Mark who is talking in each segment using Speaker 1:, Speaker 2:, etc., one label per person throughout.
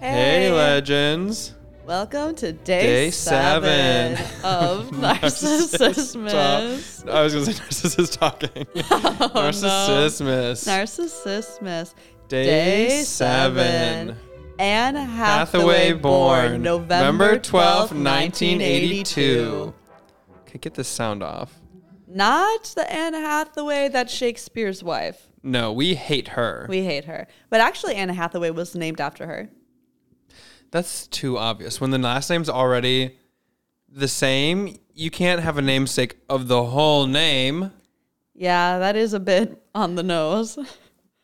Speaker 1: Hey, legends.
Speaker 2: Welcome to day,
Speaker 1: Day
Speaker 2: seven,
Speaker 1: seven
Speaker 2: of
Speaker 1: Narcissist
Speaker 2: Narcissismus.
Speaker 1: Talk. I was going to say narcissist talking.
Speaker 2: Oh, no.
Speaker 1: Narcissismus.
Speaker 2: Narcissismus.
Speaker 1: Day seven.
Speaker 2: Anne Hathaway,
Speaker 1: Hathaway
Speaker 2: born
Speaker 1: born
Speaker 2: November
Speaker 1: November
Speaker 2: 12,
Speaker 1: 12th,
Speaker 2: 1982.
Speaker 1: 1982. Okay, get this sound off.
Speaker 2: Not the Anne Hathaway that's Shakespeare's wife.
Speaker 1: No, we hate her.
Speaker 2: We hate her. But actually, Anne Hathaway was named after her.
Speaker 1: That's too obvious. When the last name's already the same, you can't have a namesake of the whole name.
Speaker 2: Yeah, that is a bit on the nose.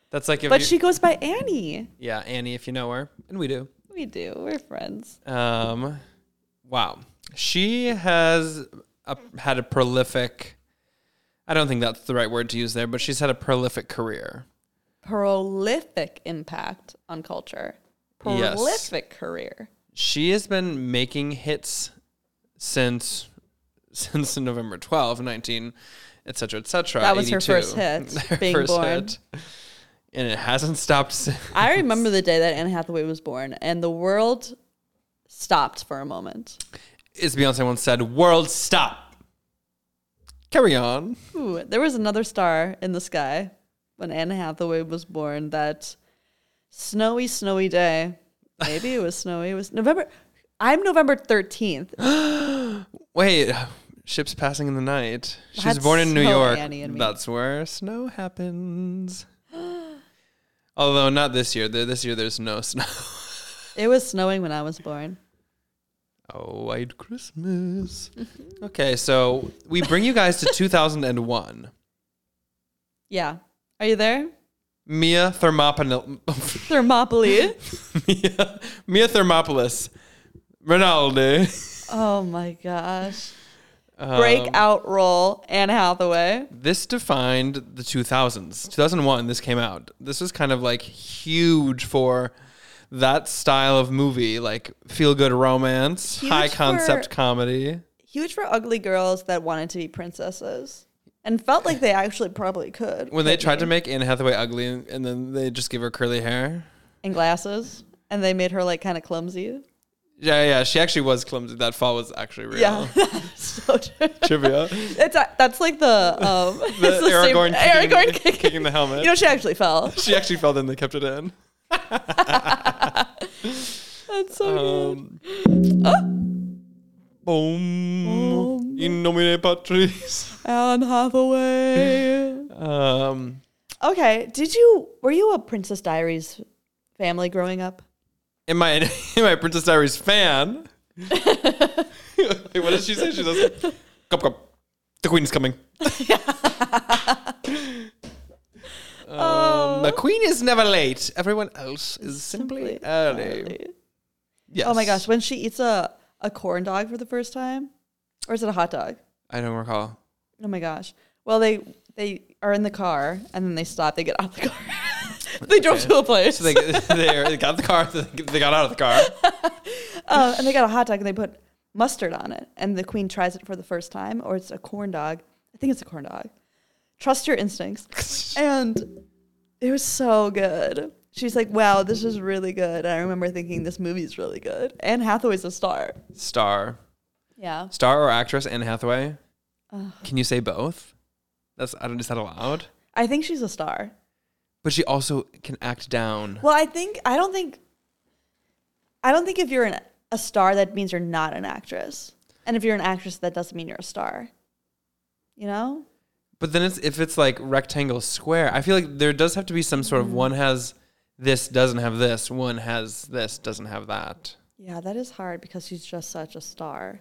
Speaker 1: That's like if
Speaker 2: But
Speaker 1: you-
Speaker 2: she goes by Annie.
Speaker 1: Yeah, Annie, if you know her, and we do.
Speaker 2: We do. We're friends.
Speaker 1: Um, wow, she has a, had a prolific. I don't think that's the right word to use there, but she's had a prolific career.
Speaker 2: prolific impact on culture.
Speaker 1: Yes.
Speaker 2: Prolific career.
Speaker 1: She has been making hits since since November 12, 19, et cetera, et cetera.
Speaker 2: That was her
Speaker 1: 82.
Speaker 2: first hit,
Speaker 1: Her
Speaker 2: being born.
Speaker 1: And it hasn't stopped. since.
Speaker 2: I remember the day that Anne Hathaway was born and the world stopped for a moment.
Speaker 1: As Beyonce once said, world stop. Carry on.
Speaker 2: Ooh, there was another star in the sky when Anne Hathaway was born that snowy, snowy day. Maybe it was snowy. It was November. I'm November 13th.
Speaker 1: Wait, ships passing in the night. She was
Speaker 2: That's
Speaker 1: born in New
Speaker 2: so
Speaker 1: York.
Speaker 2: Annie and me.
Speaker 1: That's where snow happens. Although not this year. Th- This year there's no snow.
Speaker 2: It was snowing when I was born.
Speaker 1: Oh, white Christmas. okay, so we bring you guys to 2001.
Speaker 2: Yeah. Are you there?
Speaker 1: Mia Thermopyl
Speaker 2: Thermopylae.
Speaker 1: Mia, Mia Thermopolis. Ronaldo.
Speaker 2: oh my gosh.
Speaker 1: Um,
Speaker 2: Breakout role, Anne Hathaway.
Speaker 1: This defined the 2000s. 2001, this came out. This was kind of like huge for that style of movie, like feel good romance,
Speaker 2: Huge
Speaker 1: high concept
Speaker 2: for-
Speaker 1: comedy.
Speaker 2: Huge for ugly girls that wanted to be princesses and felt like they actually probably could.
Speaker 1: When they tried to make Anne Hathaway ugly and, and then they just give her curly hair.
Speaker 2: And glasses. And they made her like kind of clumsy.
Speaker 1: Yeah, yeah, she actually was clumsy. That fall was actually real.
Speaker 2: Yeah. so true.
Speaker 1: Trivia.
Speaker 2: It's, a- that's like the. Um, it's
Speaker 1: The Aragorn,
Speaker 2: same,
Speaker 1: kicking,
Speaker 2: Aragorn kicking.
Speaker 1: kicking the helmet.
Speaker 2: You know, she actually fell.
Speaker 1: she actually fell in. They kept it in.
Speaker 2: That's so good.
Speaker 1: Um,
Speaker 2: Oh.
Speaker 1: Boom. In nomine Patris.
Speaker 2: Anne Hathaway.
Speaker 1: Um,
Speaker 2: okay. Did you. Were you a Princess Diaries family growing up?
Speaker 1: am I am I a Princess Diaries fan? Wait, what does she say? She says, "Come, come, the queen is coming."
Speaker 2: Oh,
Speaker 1: Um, the queen is never late. Everyone else is simply, early. Yes.
Speaker 2: Oh my gosh, when she eats a, a corn dog for the first time, or is it a hot dog?
Speaker 1: I don't recall.
Speaker 2: Oh my gosh. Well, they they are in the car and then they stop. They get out the car. they drove to a place
Speaker 1: So they they they got the car. They got out of the car.
Speaker 2: uh, and they got a hot dog and they put mustard on it. And the queen tries it for the first time, or it's a corn dog. I think it's a corn dog. Trust your instincts. and it was so good. She's like, wow, this is really good. And I remember thinking, this movie's really good. Anne Hathaway's a star.
Speaker 1: Star,
Speaker 2: Yeah.
Speaker 1: star or actress Anne Hathaway. Can you say both? That's I don't. Is that allowed?
Speaker 2: I think she's a star.
Speaker 1: But she also can act down.
Speaker 2: Well, I think I don't think I don't think if you're an, a star that means you're not an actress, and if you're an actress that doesn't mean you're a star. You know?
Speaker 1: But then it's if it's like rectangle square, I feel like there does have to be some
Speaker 2: Mm-hmm.
Speaker 1: sort of one has this doesn't have this, one has this doesn't have that.
Speaker 2: Yeah, that is hard because she's just such a star.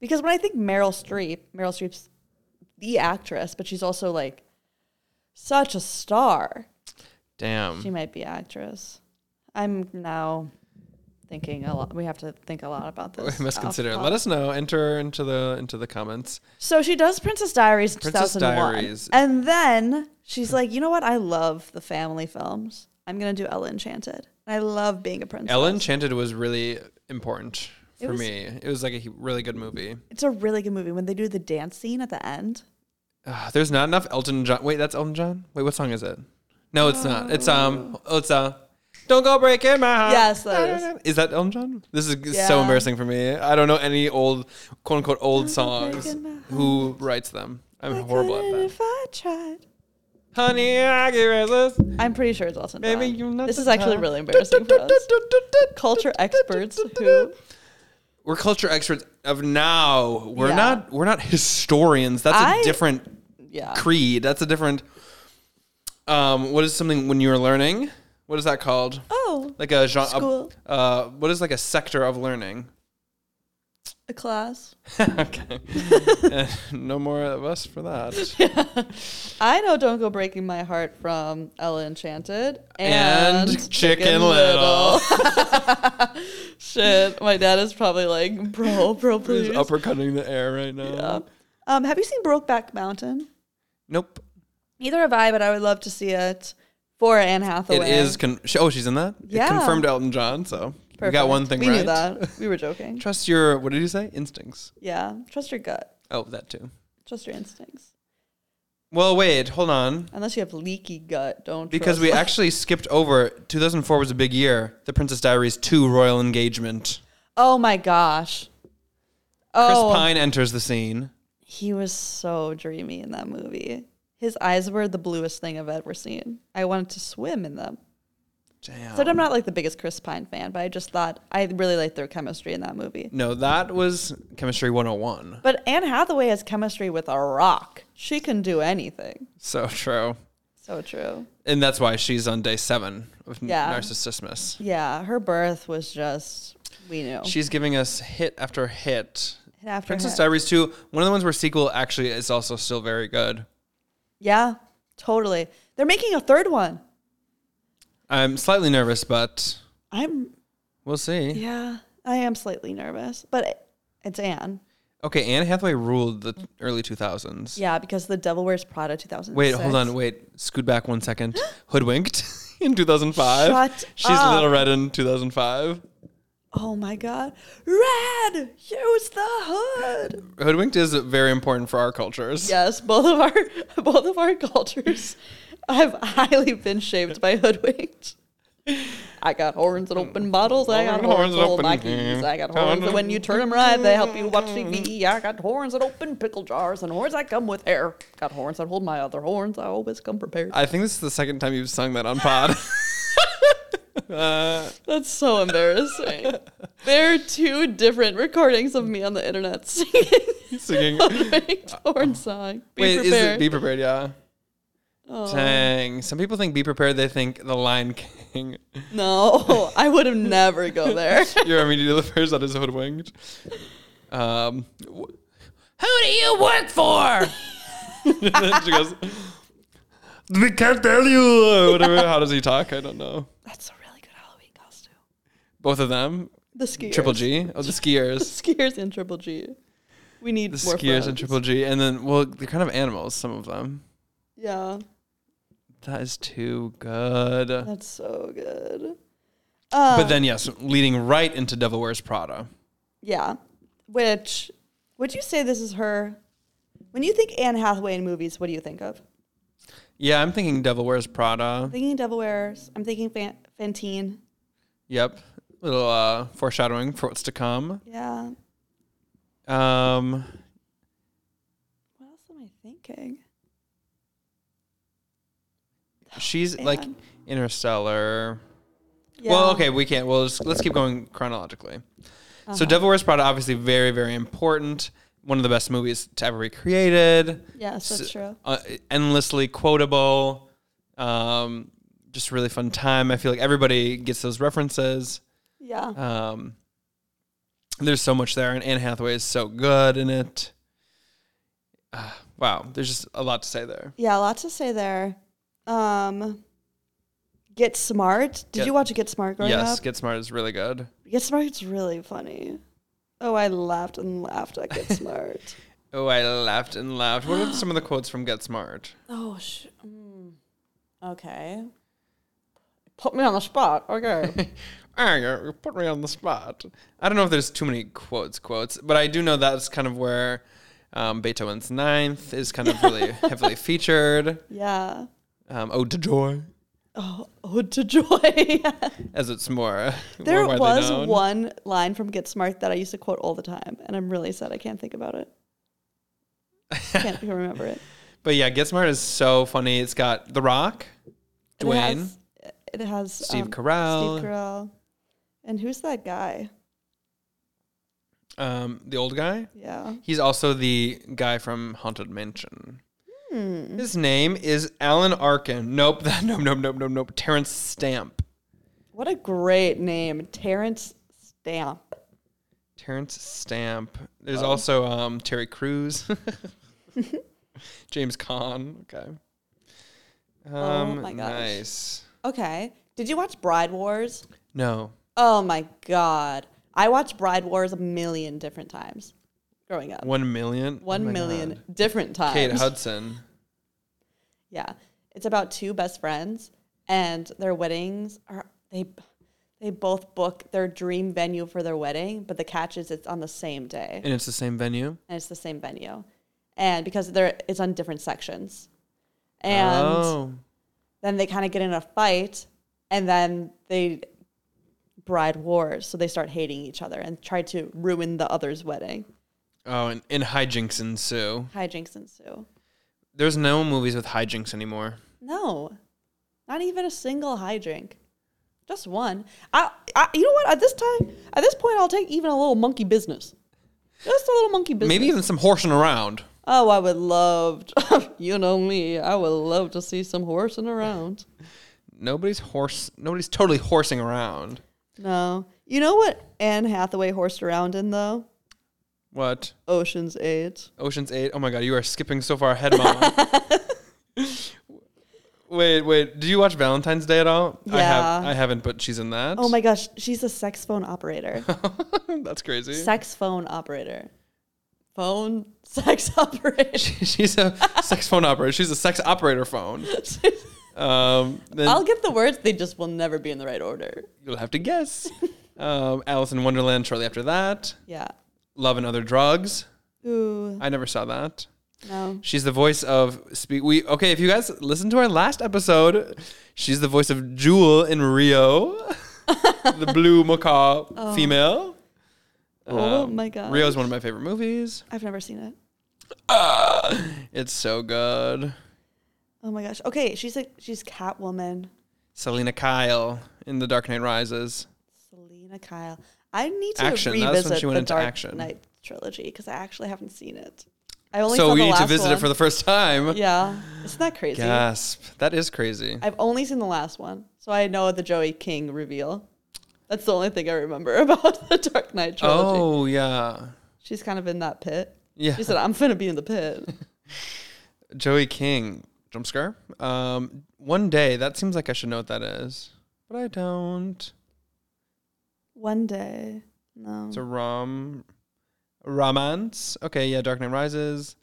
Speaker 2: Because when I think Meryl Streep, Meryl Streep's the actress, but she's also like such a star. She
Speaker 1: Damn.
Speaker 2: might be actress. I'm now thinking a lot. We have to think a lot about
Speaker 1: We
Speaker 2: this.
Speaker 1: must
Speaker 2: off
Speaker 1: consider.
Speaker 2: top.
Speaker 1: Let us know. Enter into the into the comments.
Speaker 2: So she does Princess Diaries
Speaker 1: Princess
Speaker 2: 2001.
Speaker 1: Diaries.
Speaker 2: And then she's like, you know what? I love the family films. I'm going to do Ella Enchanted. I love being a princess.
Speaker 1: Ellen Chanted was really important
Speaker 2: It
Speaker 1: for
Speaker 2: was-
Speaker 1: me. It was like a he- really good movie.
Speaker 2: It's a really good movie. When they do the dance scene at the end,
Speaker 1: Uh, there's not enough Elton John. Wait, that's Elton John. Wait, what song is it? No, it's not. It's um. oh, It's uh. Don't go breaking my heart.
Speaker 2: Yes, that is.
Speaker 1: Is that Elton John? This is g- so
Speaker 2: Yeah.
Speaker 1: embarrassing for me. I don't know any old, quote unquote,
Speaker 2: Don't
Speaker 1: old
Speaker 2: go
Speaker 1: songs.
Speaker 2: breaking my heart.
Speaker 1: Who writes them? I'm
Speaker 2: I
Speaker 1: horrible at
Speaker 2: couldn't
Speaker 1: that.
Speaker 2: If I tried.
Speaker 1: Honey, I get restless.
Speaker 2: I'm pretty sure it's Elton John.
Speaker 1: Maybe you're not
Speaker 2: this
Speaker 1: the
Speaker 2: is actually
Speaker 1: type.
Speaker 2: really embarrassing for us. Culture experts who
Speaker 1: We're culture experts of now. We're
Speaker 2: Yeah.
Speaker 1: not. We're not historians. That's a
Speaker 2: I-
Speaker 1: different
Speaker 2: yeah.
Speaker 1: creed. That's a different. Um, what is something when you were learning? What is that called?
Speaker 2: Oh,
Speaker 1: Like a genre.
Speaker 2: School.
Speaker 1: Uh, what is like a sector of learning?
Speaker 2: a class.
Speaker 1: okay. Uh, no more of us for that.
Speaker 2: I know Don't Go Breaking My Heart from Ella Enchanted
Speaker 1: And
Speaker 2: and,
Speaker 1: Chicken Little.
Speaker 2: Little. Shit, my dad is probably like, bro, bro,
Speaker 1: We're
Speaker 2: please.
Speaker 1: just uppercutting the air right now.
Speaker 2: Yeah. Um, have you seen Brokeback Mountain?
Speaker 1: Nope.
Speaker 2: Neither have I, but I would love to see it for Anne Hathaway.
Speaker 1: It is. Con- sh- oh, she's in that. It
Speaker 2: Yeah.
Speaker 1: confirmed Elton John. So we
Speaker 2: Perfect.
Speaker 1: got one thing
Speaker 2: we
Speaker 1: right.
Speaker 2: knew that. We were joking.
Speaker 1: Trust your. What did you say? Instincts.
Speaker 2: yeah, trust your gut,
Speaker 1: Oh, that too.
Speaker 2: trust your instincts.
Speaker 1: Well, wait. Hold on.
Speaker 2: Unless you have leaky gut, don't
Speaker 1: Because
Speaker 2: trust-
Speaker 1: we actually skipped over 2004 was a big year. The Princess Diaries 2 Royal Engagement.
Speaker 2: Oh my gosh.
Speaker 1: Chris
Speaker 2: Oh,
Speaker 1: Pine enters the scene.
Speaker 2: he was so dreamy in that movie. His eyes were the bluest thing I've ever seen. I wanted to swim in them.
Speaker 1: Damn.
Speaker 2: So I'm not like the biggest Chris Pine fan, but I just thought I really liked their chemistry in that movie.
Speaker 1: no, that was Chemistry 101.
Speaker 2: But Anne Hathaway has chemistry with a rock. She can do anything.
Speaker 1: So true.
Speaker 2: So true.
Speaker 1: And that's why she's on day seven of n-
Speaker 2: Yeah.
Speaker 1: Narcissismus.
Speaker 2: Yeah, her birth was just we knew.
Speaker 1: She's giving us hit after hit.
Speaker 2: Hit after
Speaker 1: Princess
Speaker 2: hit.
Speaker 1: Diaries 2, one of the ones where sequel actually is also still very good.
Speaker 2: yeah, totally. They're making a third one.
Speaker 1: I'm slightly nervous, but
Speaker 2: I'm
Speaker 1: we'll see.
Speaker 2: Yeah, I am slightly nervous, but it- it's Anne.
Speaker 1: Okay, Anne Hathaway ruled the early 2000s.
Speaker 2: Yeah, because The Devil Wears Prada 2006.
Speaker 1: Wait, hold on. Wait, scoot back one second. Hoodwinked in 2005.
Speaker 2: Shut
Speaker 1: She's
Speaker 2: up.
Speaker 1: Little Red in 2005.
Speaker 2: Oh my God, Red, use the hood.
Speaker 1: Hoodwinked is very important for our cultures.
Speaker 2: Yes, both of our both of our cultures have highly been shaped by hoodwinked. I got horns that open bottles. I got horns
Speaker 1: Horns
Speaker 2: that open
Speaker 1: open-
Speaker 2: Nikes. I got horns that when you turn them right, they help you watch TV. I got horns that open pickle jars and horns that come with hair. Got horns that hold my other horns. I always come prepared.
Speaker 1: I think this is the second time you've sung that on pod. uh,
Speaker 2: That's so embarrassing. there are two different recordings of me on the internet singing
Speaker 1: singing.
Speaker 2: a ranked horn song. Be
Speaker 1: Uh, Wait, is it
Speaker 2: prepared.
Speaker 1: Be Prepared? Yeah.
Speaker 2: Oh,
Speaker 1: Dang. Some people think Be Prepared, they think The Lion King.
Speaker 2: no, I would have never go there.
Speaker 1: You're immediately the first that is hoodwinked. Um, wh- Who do you work for? she goes, We can't tell you. Or whatever. How does he talk? I don't know.
Speaker 2: That's a really good Halloween costume.
Speaker 1: Both of them?
Speaker 2: The skiers.
Speaker 1: Triple G? Oh, the
Speaker 2: The
Speaker 1: skiers.
Speaker 2: skiers and Triple G. We need
Speaker 1: The
Speaker 2: more
Speaker 1: skiers and
Speaker 2: friends.
Speaker 1: Triple G. And then, well, they're kind of animals, some of them.
Speaker 2: Yeah,
Speaker 1: That is too good.
Speaker 2: that's so good. Uh,
Speaker 1: but then, yes, leading right into Devil Wears Prada.
Speaker 2: Yeah, which would you say this is her? When you think Anne Hathaway in movies, what do you think of?
Speaker 1: Yeah, I'm thinking Devil Wears Prada.
Speaker 2: Thinking Devil Wears. I'm thinking Fan- Fantine.
Speaker 1: Yep. Little uh, foreshadowing for what's to come.
Speaker 2: Yeah.
Speaker 1: Um,
Speaker 2: What else am I thinking?
Speaker 1: she's like
Speaker 2: Man.
Speaker 1: Interstellar.
Speaker 2: Yeah.
Speaker 1: Well, okay, we can't. Well, just, let's keep going chronologically.
Speaker 2: Uh-huh.
Speaker 1: So, Devil Wears Prada, obviously, very, very important. One of the best movies to ever be created.
Speaker 2: Yes, that's
Speaker 1: S-
Speaker 2: true.
Speaker 1: Uh, endlessly quotable. Um, just a really fun time. I feel like everybody gets those references.
Speaker 2: Yeah.
Speaker 1: Um, there's so much there, and Anne Hathaway is so good in it. Ah, wow, there's just a lot to say there.
Speaker 2: Yeah, lots to say there. Um Get Smart. Did
Speaker 1: Get-
Speaker 2: you watch Get Smart growing
Speaker 1: yes,
Speaker 2: up?
Speaker 1: Get Smart is really good.
Speaker 2: Get Smart's really funny. Oh, I laughed and laughed at Get Smart.
Speaker 1: Oh, I laughed and laughed. What are some of the quotes from Get Smart?
Speaker 2: oh, sh- mm. okay. Put me on the spot. Okay.
Speaker 1: Ah, you put me on the spot. I don't know if there's too many quotes, quotes, but I do know that's kind of where um, Beethoven's Ninth is kind of really heavily featured.
Speaker 2: yeah.
Speaker 1: Um, Ode oh, to Joy.
Speaker 2: oh, Ode to Joy.
Speaker 1: as it's more. uh,
Speaker 2: there
Speaker 1: more widely
Speaker 2: was
Speaker 1: known.
Speaker 2: one line from Get Smart that I used to quote all the time, and I'm really sad I can't think about it. Can't remember it.
Speaker 1: But yeah, Get Smart is so funny. It's got The Rock,
Speaker 2: And it
Speaker 1: Dwayne,
Speaker 2: has- It has
Speaker 1: Steve
Speaker 2: um,
Speaker 1: Carell,
Speaker 2: Steve Carell. And who's that guy?
Speaker 1: Um, the old guy.
Speaker 2: Yeah.
Speaker 1: He's also the guy from Haunted Mansion.
Speaker 2: Hmm.
Speaker 1: His name is Alan Arkin. Nope, that, nope, nope, nope, nope, nope. Terrence Stamp.
Speaker 2: What a great name, Terrence Stamp.
Speaker 1: Terrence Stamp.
Speaker 2: Oh.
Speaker 1: There's also um, Terry Crews, James Caan. Okay. Um,
Speaker 2: Oh my gosh.
Speaker 1: Nice.
Speaker 2: Okay. Did you watch Bride Wars?
Speaker 1: No.
Speaker 2: Oh my god. I watched Bride Wars a million different times growing up.
Speaker 1: One million.
Speaker 2: Uh,
Speaker 1: Oh
Speaker 2: One
Speaker 1: my
Speaker 2: million
Speaker 1: God.
Speaker 2: different times.
Speaker 1: Kate Hudson.
Speaker 2: Yeah. It's about two best friends and their weddings are they they both book their dream venue for their wedding, but the catch is it's on the same day.
Speaker 1: And it's the same venue.
Speaker 2: and it's the same venue. And because they're it's on different sections. And
Speaker 1: oh.
Speaker 2: then they kind of get in a fight and then they bride wars. So they start hating each other and try to ruin the other's wedding.
Speaker 1: Oh, and, and hijinks ensue.
Speaker 2: Hijinks ensue.
Speaker 1: There's no movies with hijinks anymore.
Speaker 2: No. Not even a single hijink. Just one. I, I you know what? At this time at this point I'll take even a little monkey business. Just a little monkey business.
Speaker 1: Maybe even some horsing around.
Speaker 2: Oh, I would love, you know me, I would love to see some horsing around.
Speaker 1: Nobody's horse. Nobody's totally horsing around.
Speaker 2: No. You know what Anne Hathaway horsed around in, though?
Speaker 1: What?
Speaker 2: Ocean's Eight.
Speaker 1: Ocean's Eight. Oh my God, you are skipping so far ahead, Mama. wait, wait. Do you watch Valentine's Day at all? I, have,
Speaker 2: Yeah.
Speaker 1: I haven't, but she's in that.
Speaker 2: Oh my gosh, she's a sex phone operator.
Speaker 1: That's crazy.
Speaker 2: sex phone operator. Phone sex operator.
Speaker 1: she's a sex phone operator. She's a sex operator phone. Um, then
Speaker 2: I'll get the words, they just will never be in the right order.
Speaker 1: you'll have to guess. Um, Alice in Wonderland. Shortly after that,
Speaker 2: Yeah.
Speaker 1: Love and Other Drugs.
Speaker 2: Ooh,
Speaker 1: I never saw that.
Speaker 2: no.
Speaker 1: She's the voice of speak. We okay. If you guys listen to our last episode, she's the voice of Jewel in Rio, the blue macaw female.
Speaker 2: Oh
Speaker 1: Um,
Speaker 2: my god.
Speaker 1: Rio is one of my favorite movies.
Speaker 2: I've never seen it.
Speaker 1: It's so good.
Speaker 2: Oh my gosh. Okay, she's a, she's Catwoman.
Speaker 1: Selena Kyle in The Dark Knight Rises.
Speaker 2: Selena Kyle. I need to
Speaker 1: Action. That's when
Speaker 2: revisit
Speaker 1: she went
Speaker 2: the
Speaker 1: into
Speaker 2: Dark
Speaker 1: action.
Speaker 2: Knight trilogy because I actually haven't seen it. I only
Speaker 1: so
Speaker 2: saw
Speaker 1: we
Speaker 2: the
Speaker 1: need to
Speaker 2: last
Speaker 1: visit
Speaker 2: one.
Speaker 1: it for the first time.
Speaker 2: yeah, isn't that crazy?
Speaker 1: Gasp! That is crazy.
Speaker 2: I've only seen the last one, so I know the Joey King reveal. That's the only thing I remember about the Dark Knight trilogy.
Speaker 1: Oh yeah,
Speaker 2: She's kind of in that pit.
Speaker 1: yeah.
Speaker 2: She said, "I'm finna be in the pit."
Speaker 1: Joey King jump scare. Um, one day that seems like I should know what that is, but I don't.
Speaker 2: one day, no.
Speaker 1: It's a rom romance. Okay, yeah, Dark Knight Rises.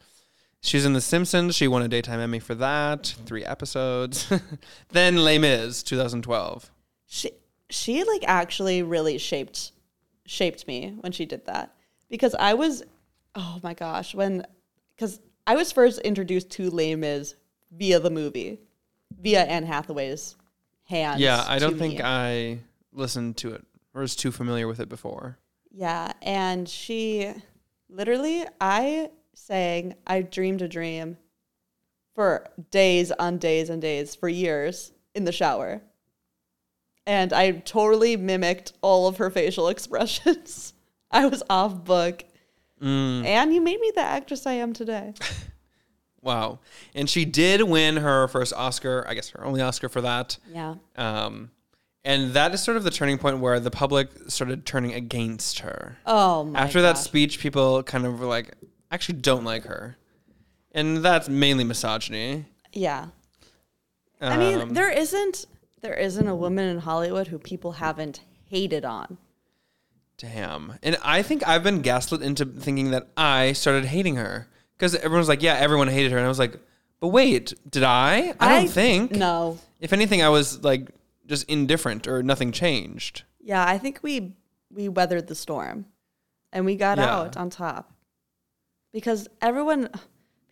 Speaker 1: She's in The Simpsons. She won a daytime Emmy for that. Three episodes. then Les Mis, 2012.
Speaker 2: she she like actually really shaped shaped me when she did that because I was oh my gosh when because I was first introduced to Les Mis via the movie via Anne Hathaway's hands.
Speaker 1: yeah, I
Speaker 2: to
Speaker 1: don't
Speaker 2: me.
Speaker 1: think I listened to it or was too familiar with it before.
Speaker 2: yeah, and she literally I sang I dreamed a dream for days on days and days for years in the shower. And I totally mimicked all of her facial expressions. I was off book. And you made me the actress I am today.
Speaker 1: Wow. And she did win her first Oscar, I guess her only Oscar for that.
Speaker 2: Yeah.
Speaker 1: Um, and that is sort of the turning point where the public started turning against her.
Speaker 2: Oh my
Speaker 1: after that
Speaker 2: gosh.
Speaker 1: speech, people kind of were like, actually don't like her. And that's mainly misogyny.
Speaker 2: Yeah.
Speaker 1: Um,
Speaker 2: I mean, there isn't there isn't a woman in Hollywood who people haven't hated on.
Speaker 1: damn. And I think I've been gaslit into thinking that I started hating her because everyone's like, yeah, everyone hated her. And I was like, but wait, did I? I don't think.
Speaker 2: No.
Speaker 1: If anything, I was like just indifferent or nothing changed.
Speaker 2: Yeah, I think we we weathered the storm and we got
Speaker 1: Yeah.
Speaker 2: out on top. Because everyone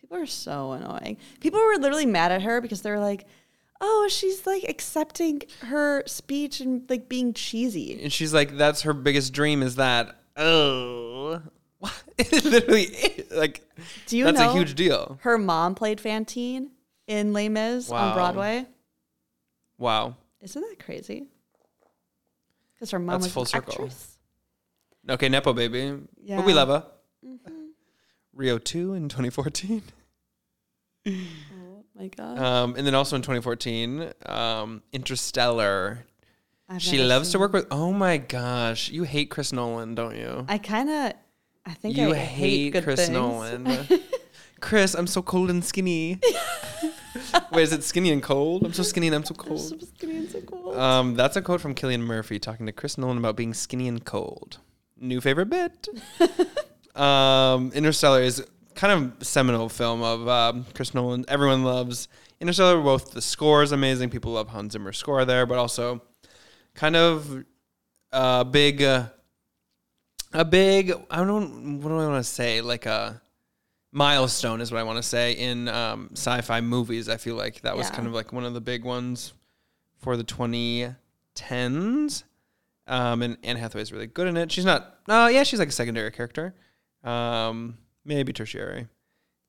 Speaker 2: people are so annoying. People were literally mad at her because they were like, oh, she's like accepting her speech and like being cheesy.
Speaker 1: And she's like, that's her biggest dream is that. Oh. What? It Literally, is. like,
Speaker 2: Do you
Speaker 1: that's
Speaker 2: know
Speaker 1: a huge deal.
Speaker 2: her mom played Fantine in Les Mis
Speaker 1: Wow.
Speaker 2: on Broadway?
Speaker 1: Wow.
Speaker 2: Isn't that crazy? Because her mom
Speaker 1: That's
Speaker 2: was
Speaker 1: full
Speaker 2: an
Speaker 1: circle.
Speaker 2: actress.
Speaker 1: Okay, Nepo baby. But we
Speaker 2: Yeah. Mm-hmm.
Speaker 1: love her. Rio 2 in 2014.
Speaker 2: Oh my god!
Speaker 1: Um, and then also in 2014, um, Interstellar.
Speaker 2: I've
Speaker 1: She
Speaker 2: never
Speaker 1: loves
Speaker 2: seen-
Speaker 1: to work with. Oh my gosh, you hate Chris Nolan, don't you?
Speaker 2: I kind of, I think
Speaker 1: you
Speaker 2: I hate, good
Speaker 1: Chris
Speaker 2: things.
Speaker 1: Nolan. Chris, I'm so cold and skinny. Wait, is it skinny and cold? I'm so skinny and I'm so
Speaker 2: They're so
Speaker 1: cold.
Speaker 2: skinny and so cool.
Speaker 1: Um, that's a quote from Killian Murphy talking to Chris Nolan about being skinny and cold. New favorite bit. um, Interstellar is kind of seminal film of um, Chris Nolan. Everyone loves Interstellar. Both the score is amazing. People love Hans Zimmer's score there, but also kind of a big, uh, a big. I don't. What do I want to say? Like a milestone is what I want to say in um, sci-fi movies. I feel like that was
Speaker 2: Yeah.
Speaker 1: kind of like one of the big ones for the 2010s. Um, and Anne Hathaway's really good in it. She's not. Oh, yeah, she's like a secondary character, um, maybe tertiary.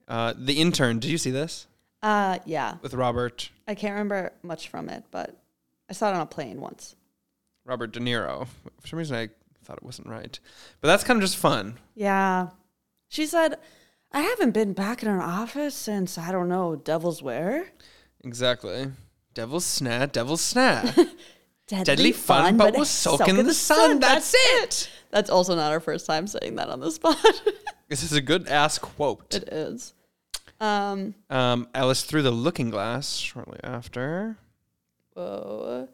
Speaker 1: Uh, the intern. Did you see this
Speaker 2: uh, yeah,
Speaker 1: with Robert
Speaker 2: I can't remember much from it, but I saw it on a plane once.
Speaker 1: Robert De Niro? For some reason, I thought it wasn't right, but that's kind of just fun.
Speaker 2: Yeah, she said, "I haven't been back in an office since I don't know Devil's Wear."
Speaker 1: Exactly. Devil's snare, devil's snare.
Speaker 2: Deadly,
Speaker 1: Deadly fun, but was soaking in the sun. That's
Speaker 2: it. That's also not our first time saying that on the spot.
Speaker 1: this is a good ass quote.
Speaker 2: it is. Um.
Speaker 1: Um, Alice through the looking glass shortly after.
Speaker 2: Whoa.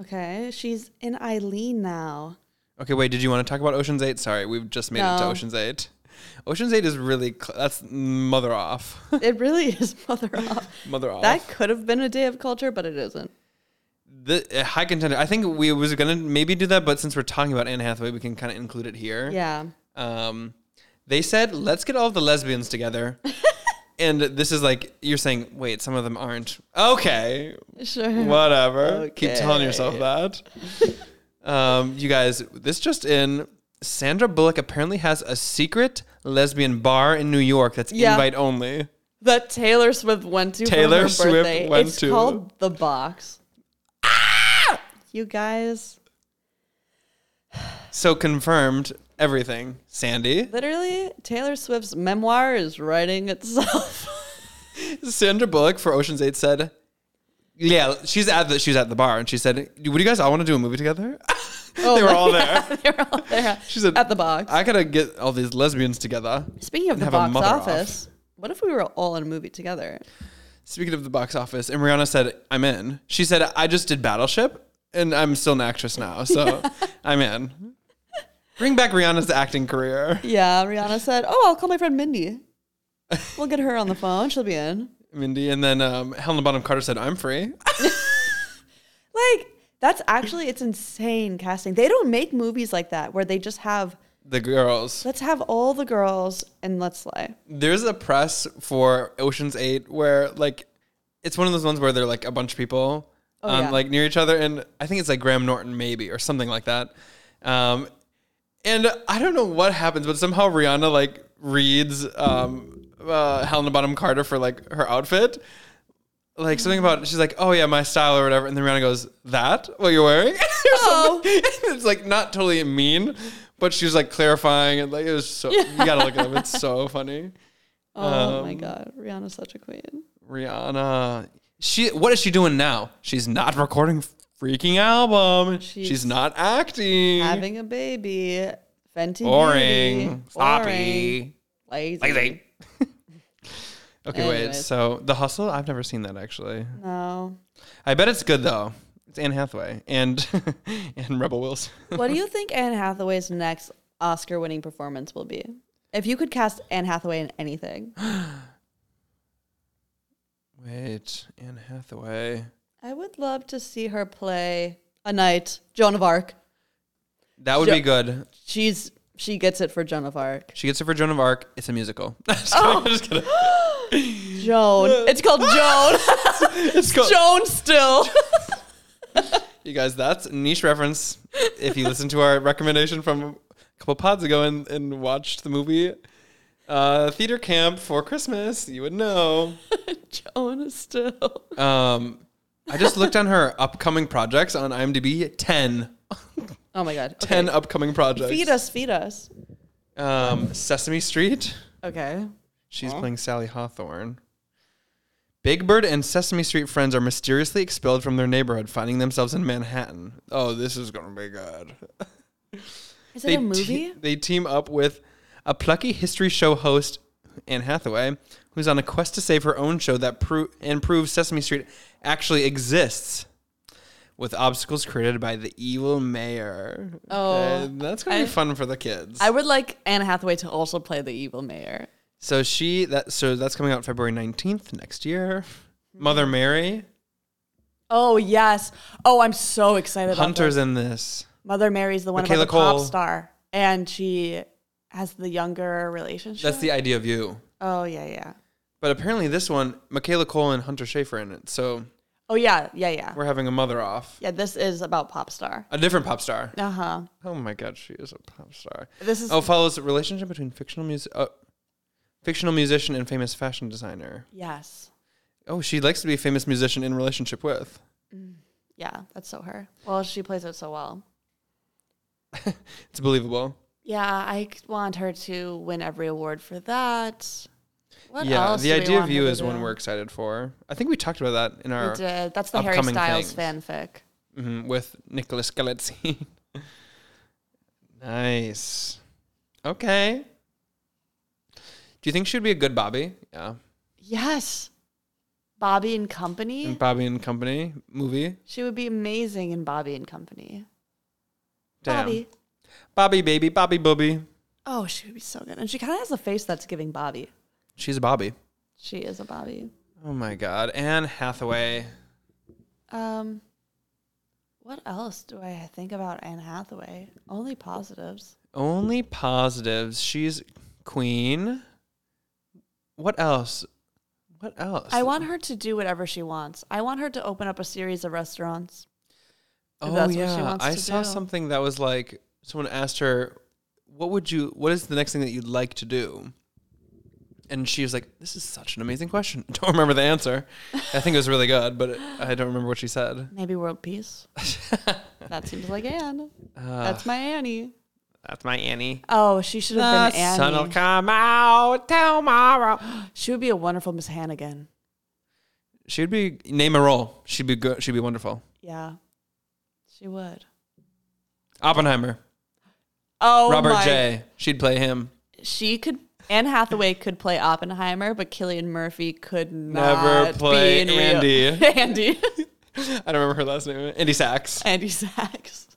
Speaker 2: Okay, she's in Eileen now.
Speaker 1: Okay, wait. Did you want to talk about Ocean's Eight? Sorry, we've just made it to
Speaker 2: No.
Speaker 1: Ocean's Eight. Ocean's Eight is really cl- that's mother off,
Speaker 2: It really is mother off.
Speaker 1: mother off.
Speaker 2: That could have been a day of culture, but it isn't.
Speaker 1: the uh, high contender. I think we was gonna maybe do that, but since we're talking about Anne Hathaway, we can kind of include it here.
Speaker 2: Yeah.
Speaker 1: Um, they said let's get all the lesbians together, and this is like you're saying. Wait, some of them aren't. Okay,
Speaker 2: Sure.
Speaker 1: whatever. Keep
Speaker 2: Mm. Okay.
Speaker 1: telling yourself that. um, you guys, this just in. Sandra Bullock apparently has a secret lesbian bar in New York that's
Speaker 2: Yeah.
Speaker 1: invite only.
Speaker 2: That Taylor Swift went to
Speaker 1: Taylor
Speaker 2: for her
Speaker 1: Swift
Speaker 2: birthday.
Speaker 1: went
Speaker 2: it's
Speaker 1: to.
Speaker 2: called The Box.
Speaker 1: Ah!
Speaker 2: You guys,
Speaker 1: So confirmed everything. Sandy,
Speaker 2: literally, Taylor Swift's memoir is writing itself.
Speaker 1: Sandra Bullock for Ocean's Eight said, "Yeah, she's at the she's at the bar," and she said, "Would you guys all want to do a movie together?"
Speaker 2: Oh
Speaker 1: they were
Speaker 2: my
Speaker 1: all there.
Speaker 2: They're all there.
Speaker 1: She said,
Speaker 2: At The Box.
Speaker 1: I gotta get all these lesbians together.
Speaker 2: Speaking of the
Speaker 1: have a
Speaker 2: box
Speaker 1: mother off.
Speaker 2: office, what if we were all in a movie together?
Speaker 1: Speaking of the box office, and Rihanna said, "I'm in." She said, "I just did Battleship, and I'm still an actress now, so I'm in." Bring back Rihanna's acting career.
Speaker 2: Yeah, Rihanna said, "Oh, I'll call my friend Mindy. We'll get her on the phone. She'll be in."
Speaker 1: Mindy, and then um, Helena Bonham Carter said, "I'm free."
Speaker 2: Like that's actually it's insane casting. They don't make movies like that where they just have
Speaker 1: The girls.
Speaker 2: let's have all the girls and let's slay.
Speaker 1: There's a press for Ocean's Eight where like it's one of those ones where they're like a bunch of people
Speaker 2: Oh,
Speaker 1: um,
Speaker 2: yeah.
Speaker 1: like near each other, and I think it's like Graham Norton maybe or something like that. Um, and I don't know what happens, but somehow Rihanna like reads um, uh, Helena Bonham Carter for like her outfit. Like something about she's like, oh yeah, my style or whatever, and then Rihanna goes, "That what you're wearing?" Or something.
Speaker 2: Oh.
Speaker 1: it's like not totally mean, but she's like clarifying and like it was so you gotta look at them. It's so funny.
Speaker 2: Oh my
Speaker 1: Um,
Speaker 2: god, Rihanna's such a queen.
Speaker 1: Rihanna. She what is she doing now? She's not recording freaking album. She's,
Speaker 2: She's
Speaker 1: not acting.
Speaker 2: Having a baby, Fenty Beauty,
Speaker 1: boring.
Speaker 2: boring,
Speaker 1: Sloppy.
Speaker 2: lazy.
Speaker 1: Lazy. okay, wait.
Speaker 2: Anyways.
Speaker 1: So The Hustle, I've never seen that actually.
Speaker 2: No.
Speaker 1: I bet it's good though. It's Anne Hathaway and and Rebel Wilson.
Speaker 2: What do you think Anne Hathaway's next Oscar-winning performance will be? If you could cast Anne Hathaway in anything,
Speaker 1: Wait, Anne Hathaway.
Speaker 2: I would love to see her play a knight, Joan of Arc.
Speaker 1: That would
Speaker 2: Jo-
Speaker 1: be good.
Speaker 2: She's she gets it for Joan of Arc. Oh.
Speaker 1: She gets it for Joan of Arc. It's a musical. Just kidding, just kidding.
Speaker 2: Joan. It's called Joan.
Speaker 1: It's called-
Speaker 2: Joan still.
Speaker 1: You guys, that's a niche reference. If you listen to our recommendation from a couple pods ago and, and watched the movie uh, Theater Camp for Christmas, you would know.
Speaker 2: Joan still.
Speaker 1: Um, I just looked on her upcoming projects on IMDb 10.
Speaker 2: Oh my god.
Speaker 1: 10 upcoming projects.
Speaker 2: Feed us, feed us.
Speaker 1: Um, Sesame Street.
Speaker 2: Okay.
Speaker 1: She's playing Sally Hawthorne. Big Bird and Sesame Street friends are mysteriously expelled from their neighborhood, finding themselves in Manhattan. Oh, this is going to be good.
Speaker 2: Is
Speaker 1: they te- they team up with a plucky history show host, Anne Hathaway, who's on a quest to save her own show that pro- and proves Sesame Street actually exists, with obstacles created by the evil mayor.
Speaker 2: Oh.
Speaker 1: And that's gonna
Speaker 2: I-
Speaker 1: be fun for the kids.
Speaker 2: I would like Anne Hathaway to also play the evil mayor.
Speaker 1: so she that so that's coming out February nineteenth next year.
Speaker 2: Hmm.
Speaker 1: Mother Mary,
Speaker 2: Oh yes. Oh, I'm so excited.
Speaker 1: Hunter's
Speaker 2: About
Speaker 1: in this.
Speaker 2: this. Mother Mary's the one
Speaker 1: Michaela
Speaker 2: about the pop
Speaker 1: Cole.
Speaker 2: star, and she has the younger relationship.
Speaker 1: That's the idea of you.
Speaker 2: oh yeah yeah.
Speaker 1: But apparently this one, Michaela Cole and Hunter Schafer in it. So
Speaker 2: Oh yeah yeah yeah.
Speaker 1: we're having a mother off.
Speaker 2: Yeah, this is about pop star.
Speaker 1: A different pop star.
Speaker 2: Uh huh.
Speaker 1: Oh my god, she is a pop star.
Speaker 2: This is
Speaker 1: Oh, follows the relationship between fictional music, uh, fictional musician and famous fashion designer.
Speaker 2: yes.
Speaker 1: Oh, she likes to be a famous musician in relationship with.
Speaker 2: Yeah, that's so her. Well, she plays it so well.
Speaker 1: It's believable.
Speaker 2: Yeah, I c- want her to win every award for that. What
Speaker 1: yeah,
Speaker 2: else
Speaker 1: the
Speaker 2: do we
Speaker 1: idea of
Speaker 2: want her
Speaker 1: you
Speaker 2: to
Speaker 1: is one
Speaker 2: do?
Speaker 1: we're excited for. I think we talked about that in
Speaker 2: We
Speaker 1: our
Speaker 2: did. That's the Harry
Speaker 1: upcoming
Speaker 2: Styles
Speaker 1: things.
Speaker 2: fanfic.
Speaker 1: mhm, with Nicholas Galitzine. nice. Okay. Do you think she'd be a good Bobby? Yeah,
Speaker 2: Yes, Bobby and Company.
Speaker 1: in Bobby and Company movie.
Speaker 2: she would be amazing in Bobby and Company.
Speaker 1: Damn.
Speaker 2: Bobby.
Speaker 1: Bobby, baby, Bobby, Bobby.
Speaker 2: Oh, she would be so good. And she kind of has a face that's giving Bobby.
Speaker 1: She's a Bobby.
Speaker 2: She is a Bobby.
Speaker 1: Oh my God, Anne Hathaway.
Speaker 2: Um, what else do I think about Anne Hathaway? Only positives.
Speaker 1: Only positives. She's queen. What else? What else?
Speaker 2: I want her to do whatever she wants. I want her to open up a series of restaurants. if
Speaker 1: Oh
Speaker 2: that's what she
Speaker 1: yeah,
Speaker 2: wants
Speaker 1: I
Speaker 2: to
Speaker 1: saw
Speaker 2: do.
Speaker 1: something that was like someone asked her, "What would you? What is the next thing that you'd like to do?" And she was like, "This is such an amazing question. I don't remember the answer. I think it was really good, but I don't remember what she said."
Speaker 2: Maybe world peace. that seems like Anne.
Speaker 1: Uh,
Speaker 2: That's my Annie.
Speaker 1: that's my Annie.
Speaker 2: Oh, she should have been
Speaker 1: The sun'll
Speaker 2: Annie.
Speaker 1: come out tomorrow.
Speaker 2: She would be a wonderful Miss Hannigan.
Speaker 1: She would be name a role. She'd be good. She'd be wonderful.
Speaker 2: Yeah, she would.
Speaker 1: Oppenheimer.
Speaker 2: Oh,
Speaker 1: Robert
Speaker 2: my.
Speaker 1: J. She'd play him.
Speaker 2: She could. Anne Hathaway could play Oppenheimer, but Killian Murphy could
Speaker 1: Never
Speaker 2: not
Speaker 1: play
Speaker 2: be in real-
Speaker 1: Andy.
Speaker 2: Andy.
Speaker 1: I don't remember her last name. Andy Sachs.
Speaker 2: Andy Sachs.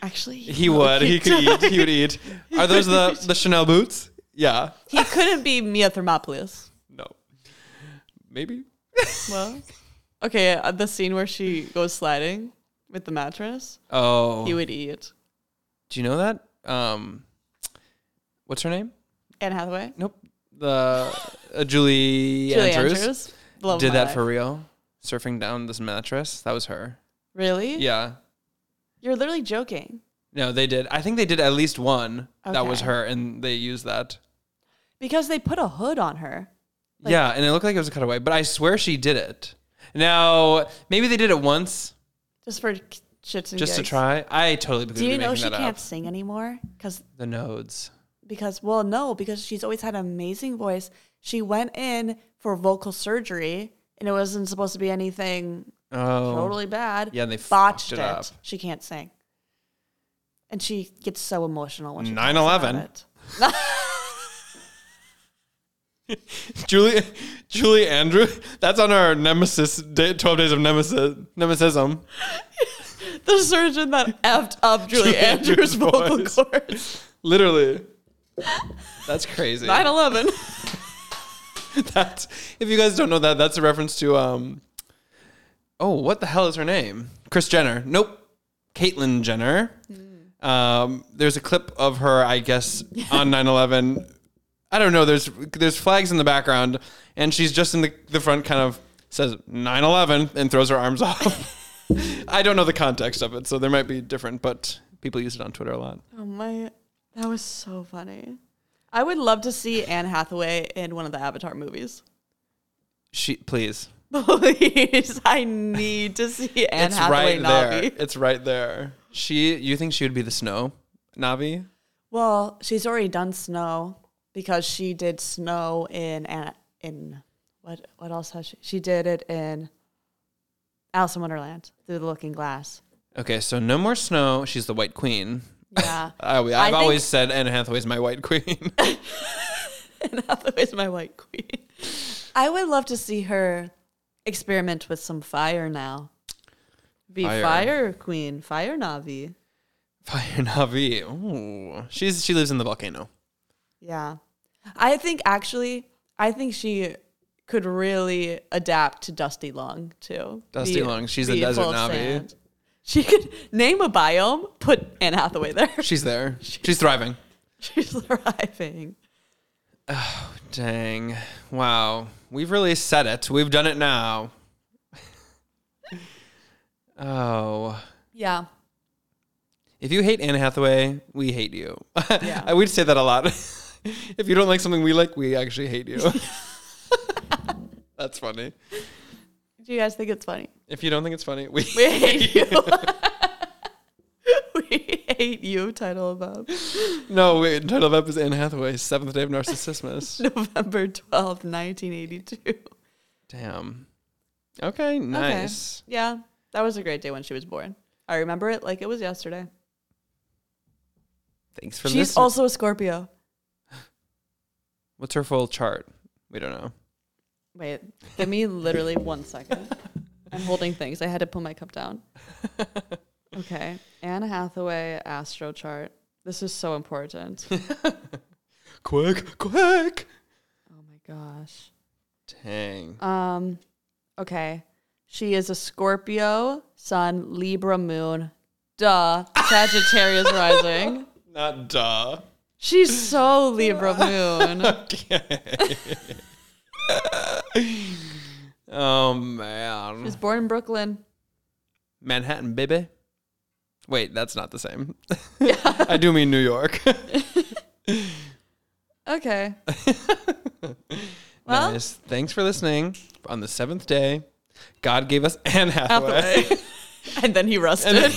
Speaker 2: Actually,
Speaker 1: He would. He could eat. He would eat. Are those the, the Chanel boots? Yeah.
Speaker 2: He couldn't be Mia Thermopolis.
Speaker 1: No. Maybe.
Speaker 2: Well, okay, uh, the scene where she goes sliding with the mattress,
Speaker 1: Oh.
Speaker 2: he would eat.
Speaker 1: Do you know that? Um, what's her name?
Speaker 2: Anne Hathaway,
Speaker 1: Nope. The uh, Julie,
Speaker 2: Julie
Speaker 1: Andrews,
Speaker 2: Andrews, love of
Speaker 1: did
Speaker 2: my
Speaker 1: that
Speaker 2: life.
Speaker 1: for real. Surfing down this mattress. That was her.
Speaker 2: really?
Speaker 1: Yeah.
Speaker 2: You're literally joking
Speaker 1: No, they did. I think they did at least one that was
Speaker 2: Okay.
Speaker 1: her, and they used that.
Speaker 2: because they put a hood on her. Like-
Speaker 1: yeah, and it looked like it was a cutaway, but I swear she did it. Now, maybe they did it once
Speaker 2: just for k- shits and
Speaker 1: just to
Speaker 2: gigs.
Speaker 1: try. I totally believe
Speaker 2: Do you
Speaker 1: making
Speaker 2: know she
Speaker 1: that
Speaker 2: can't
Speaker 1: up.
Speaker 2: sing anymore? Because
Speaker 1: The nodes.
Speaker 2: because well no because she's always had an amazing voice. She went in for vocal surgery and it wasn't supposed to be anything
Speaker 1: Oh,
Speaker 2: totally bad.
Speaker 1: Yeah, and they
Speaker 2: botched
Speaker 1: fucked it up.
Speaker 2: She can't sing, and she gets so emotional when she talks
Speaker 1: 9/11.
Speaker 2: about it.
Speaker 1: Julie, Julie Andrew. That's on our Nemesis day, Twelve Days of Nemesis. Nemesism.
Speaker 2: The surgeon that effed up Julie
Speaker 1: Julie
Speaker 2: Andrews'
Speaker 1: Andrews'
Speaker 2: vocal
Speaker 1: voice.
Speaker 2: cords.
Speaker 1: Literally. That's crazy.
Speaker 2: 9/11.
Speaker 1: That's, if you guys don't know that, that's a reference to um. Oh, what the hell is her name? Chris Jenner. Nope. Caitlyn Jenner. Um, there's a clip of her, I guess, on 9/11 I don't know. There's there's flags in the background, and she's just in the, the front, kind of says 9/11 and throws her arms off. I don't know the context of it, so there might be different, but people use it on Twitter a lot.
Speaker 2: Oh my, that was so funny. I would love to see Anne Hathaway in one of the Avatar movies.
Speaker 1: She please,
Speaker 2: Please, I need to see Anne
Speaker 1: it's
Speaker 2: Hathaway
Speaker 1: right there.
Speaker 2: Navi.
Speaker 1: It's right there. She, you think she would be the snow, Navi?
Speaker 2: Well, she's already done Snow because she did Snow in Anna, in what what else has she? She did it in Alice in Wonderland through the Looking Glass.
Speaker 1: Okay, so no more snow. She's the White Queen.
Speaker 2: Yeah,
Speaker 1: I, I've
Speaker 2: think-
Speaker 1: always said Anne Hathaway's my White Queen.
Speaker 2: Anne Hathaway's my White Queen. I would love to see her experiment with some fire now. Be
Speaker 1: Fire.
Speaker 2: fire, queen, fire Navi.
Speaker 1: Fire Navi. Ooh. She's she lives in the volcano.
Speaker 2: Yeah. I think actually, I think she could really adapt to Dusty Long too.
Speaker 1: Dusty Long, she's a
Speaker 2: be
Speaker 1: desert
Speaker 2: full of
Speaker 1: Navi.
Speaker 2: sand. She could name a biome, put Anne Hathaway there.
Speaker 1: She's there. She's thriving.
Speaker 2: She's thriving.
Speaker 1: Dang. Wow. We've really said it. We've done it now. oh.
Speaker 2: Yeah.
Speaker 1: If you hate Anne Hathaway, we hate you.
Speaker 2: Yeah.
Speaker 1: I would say that a lot. if you don't like something we like, we actually hate you. That's funny.
Speaker 2: Do you guys think it's funny?
Speaker 1: If you don't think it's funny, we
Speaker 2: We hate you. we hate you, title above.
Speaker 1: No, wait, title of ep is Anne Hathaway, Seventh Day of Narcissismus.
Speaker 2: November 12th, 1982.
Speaker 1: Damn. Okay, nice.
Speaker 2: Yeah. That was a great day when she was born. I remember it like it was yesterday.
Speaker 1: Thanks for
Speaker 2: She's
Speaker 1: listening.
Speaker 2: also a Scorpio.
Speaker 1: What's her full chart? We don't know.
Speaker 2: Wait, give me literally one second. I'm holding things. I had to put my cup down. Okay. Anne Hathaway astro chart. This is so important. oh
Speaker 1: Quick, quick.
Speaker 2: Oh my gosh.
Speaker 1: Dang.
Speaker 2: Um okay. She is a Scorpio, Sun, Libra, Moon. Duh. Sagittarius rising.
Speaker 1: Not duh.
Speaker 2: She's so Libra Moon.
Speaker 1: Okay. oh man.
Speaker 2: She's born in Brooklyn.
Speaker 1: Manhattan, baby. Wait, that's not the same. I do mean New York.
Speaker 2: Okay. Well-
Speaker 1: nice. Thanks for listening. On the seventh day, God gave us Anne Hathaway.
Speaker 2: Hathaway. and then he rusted.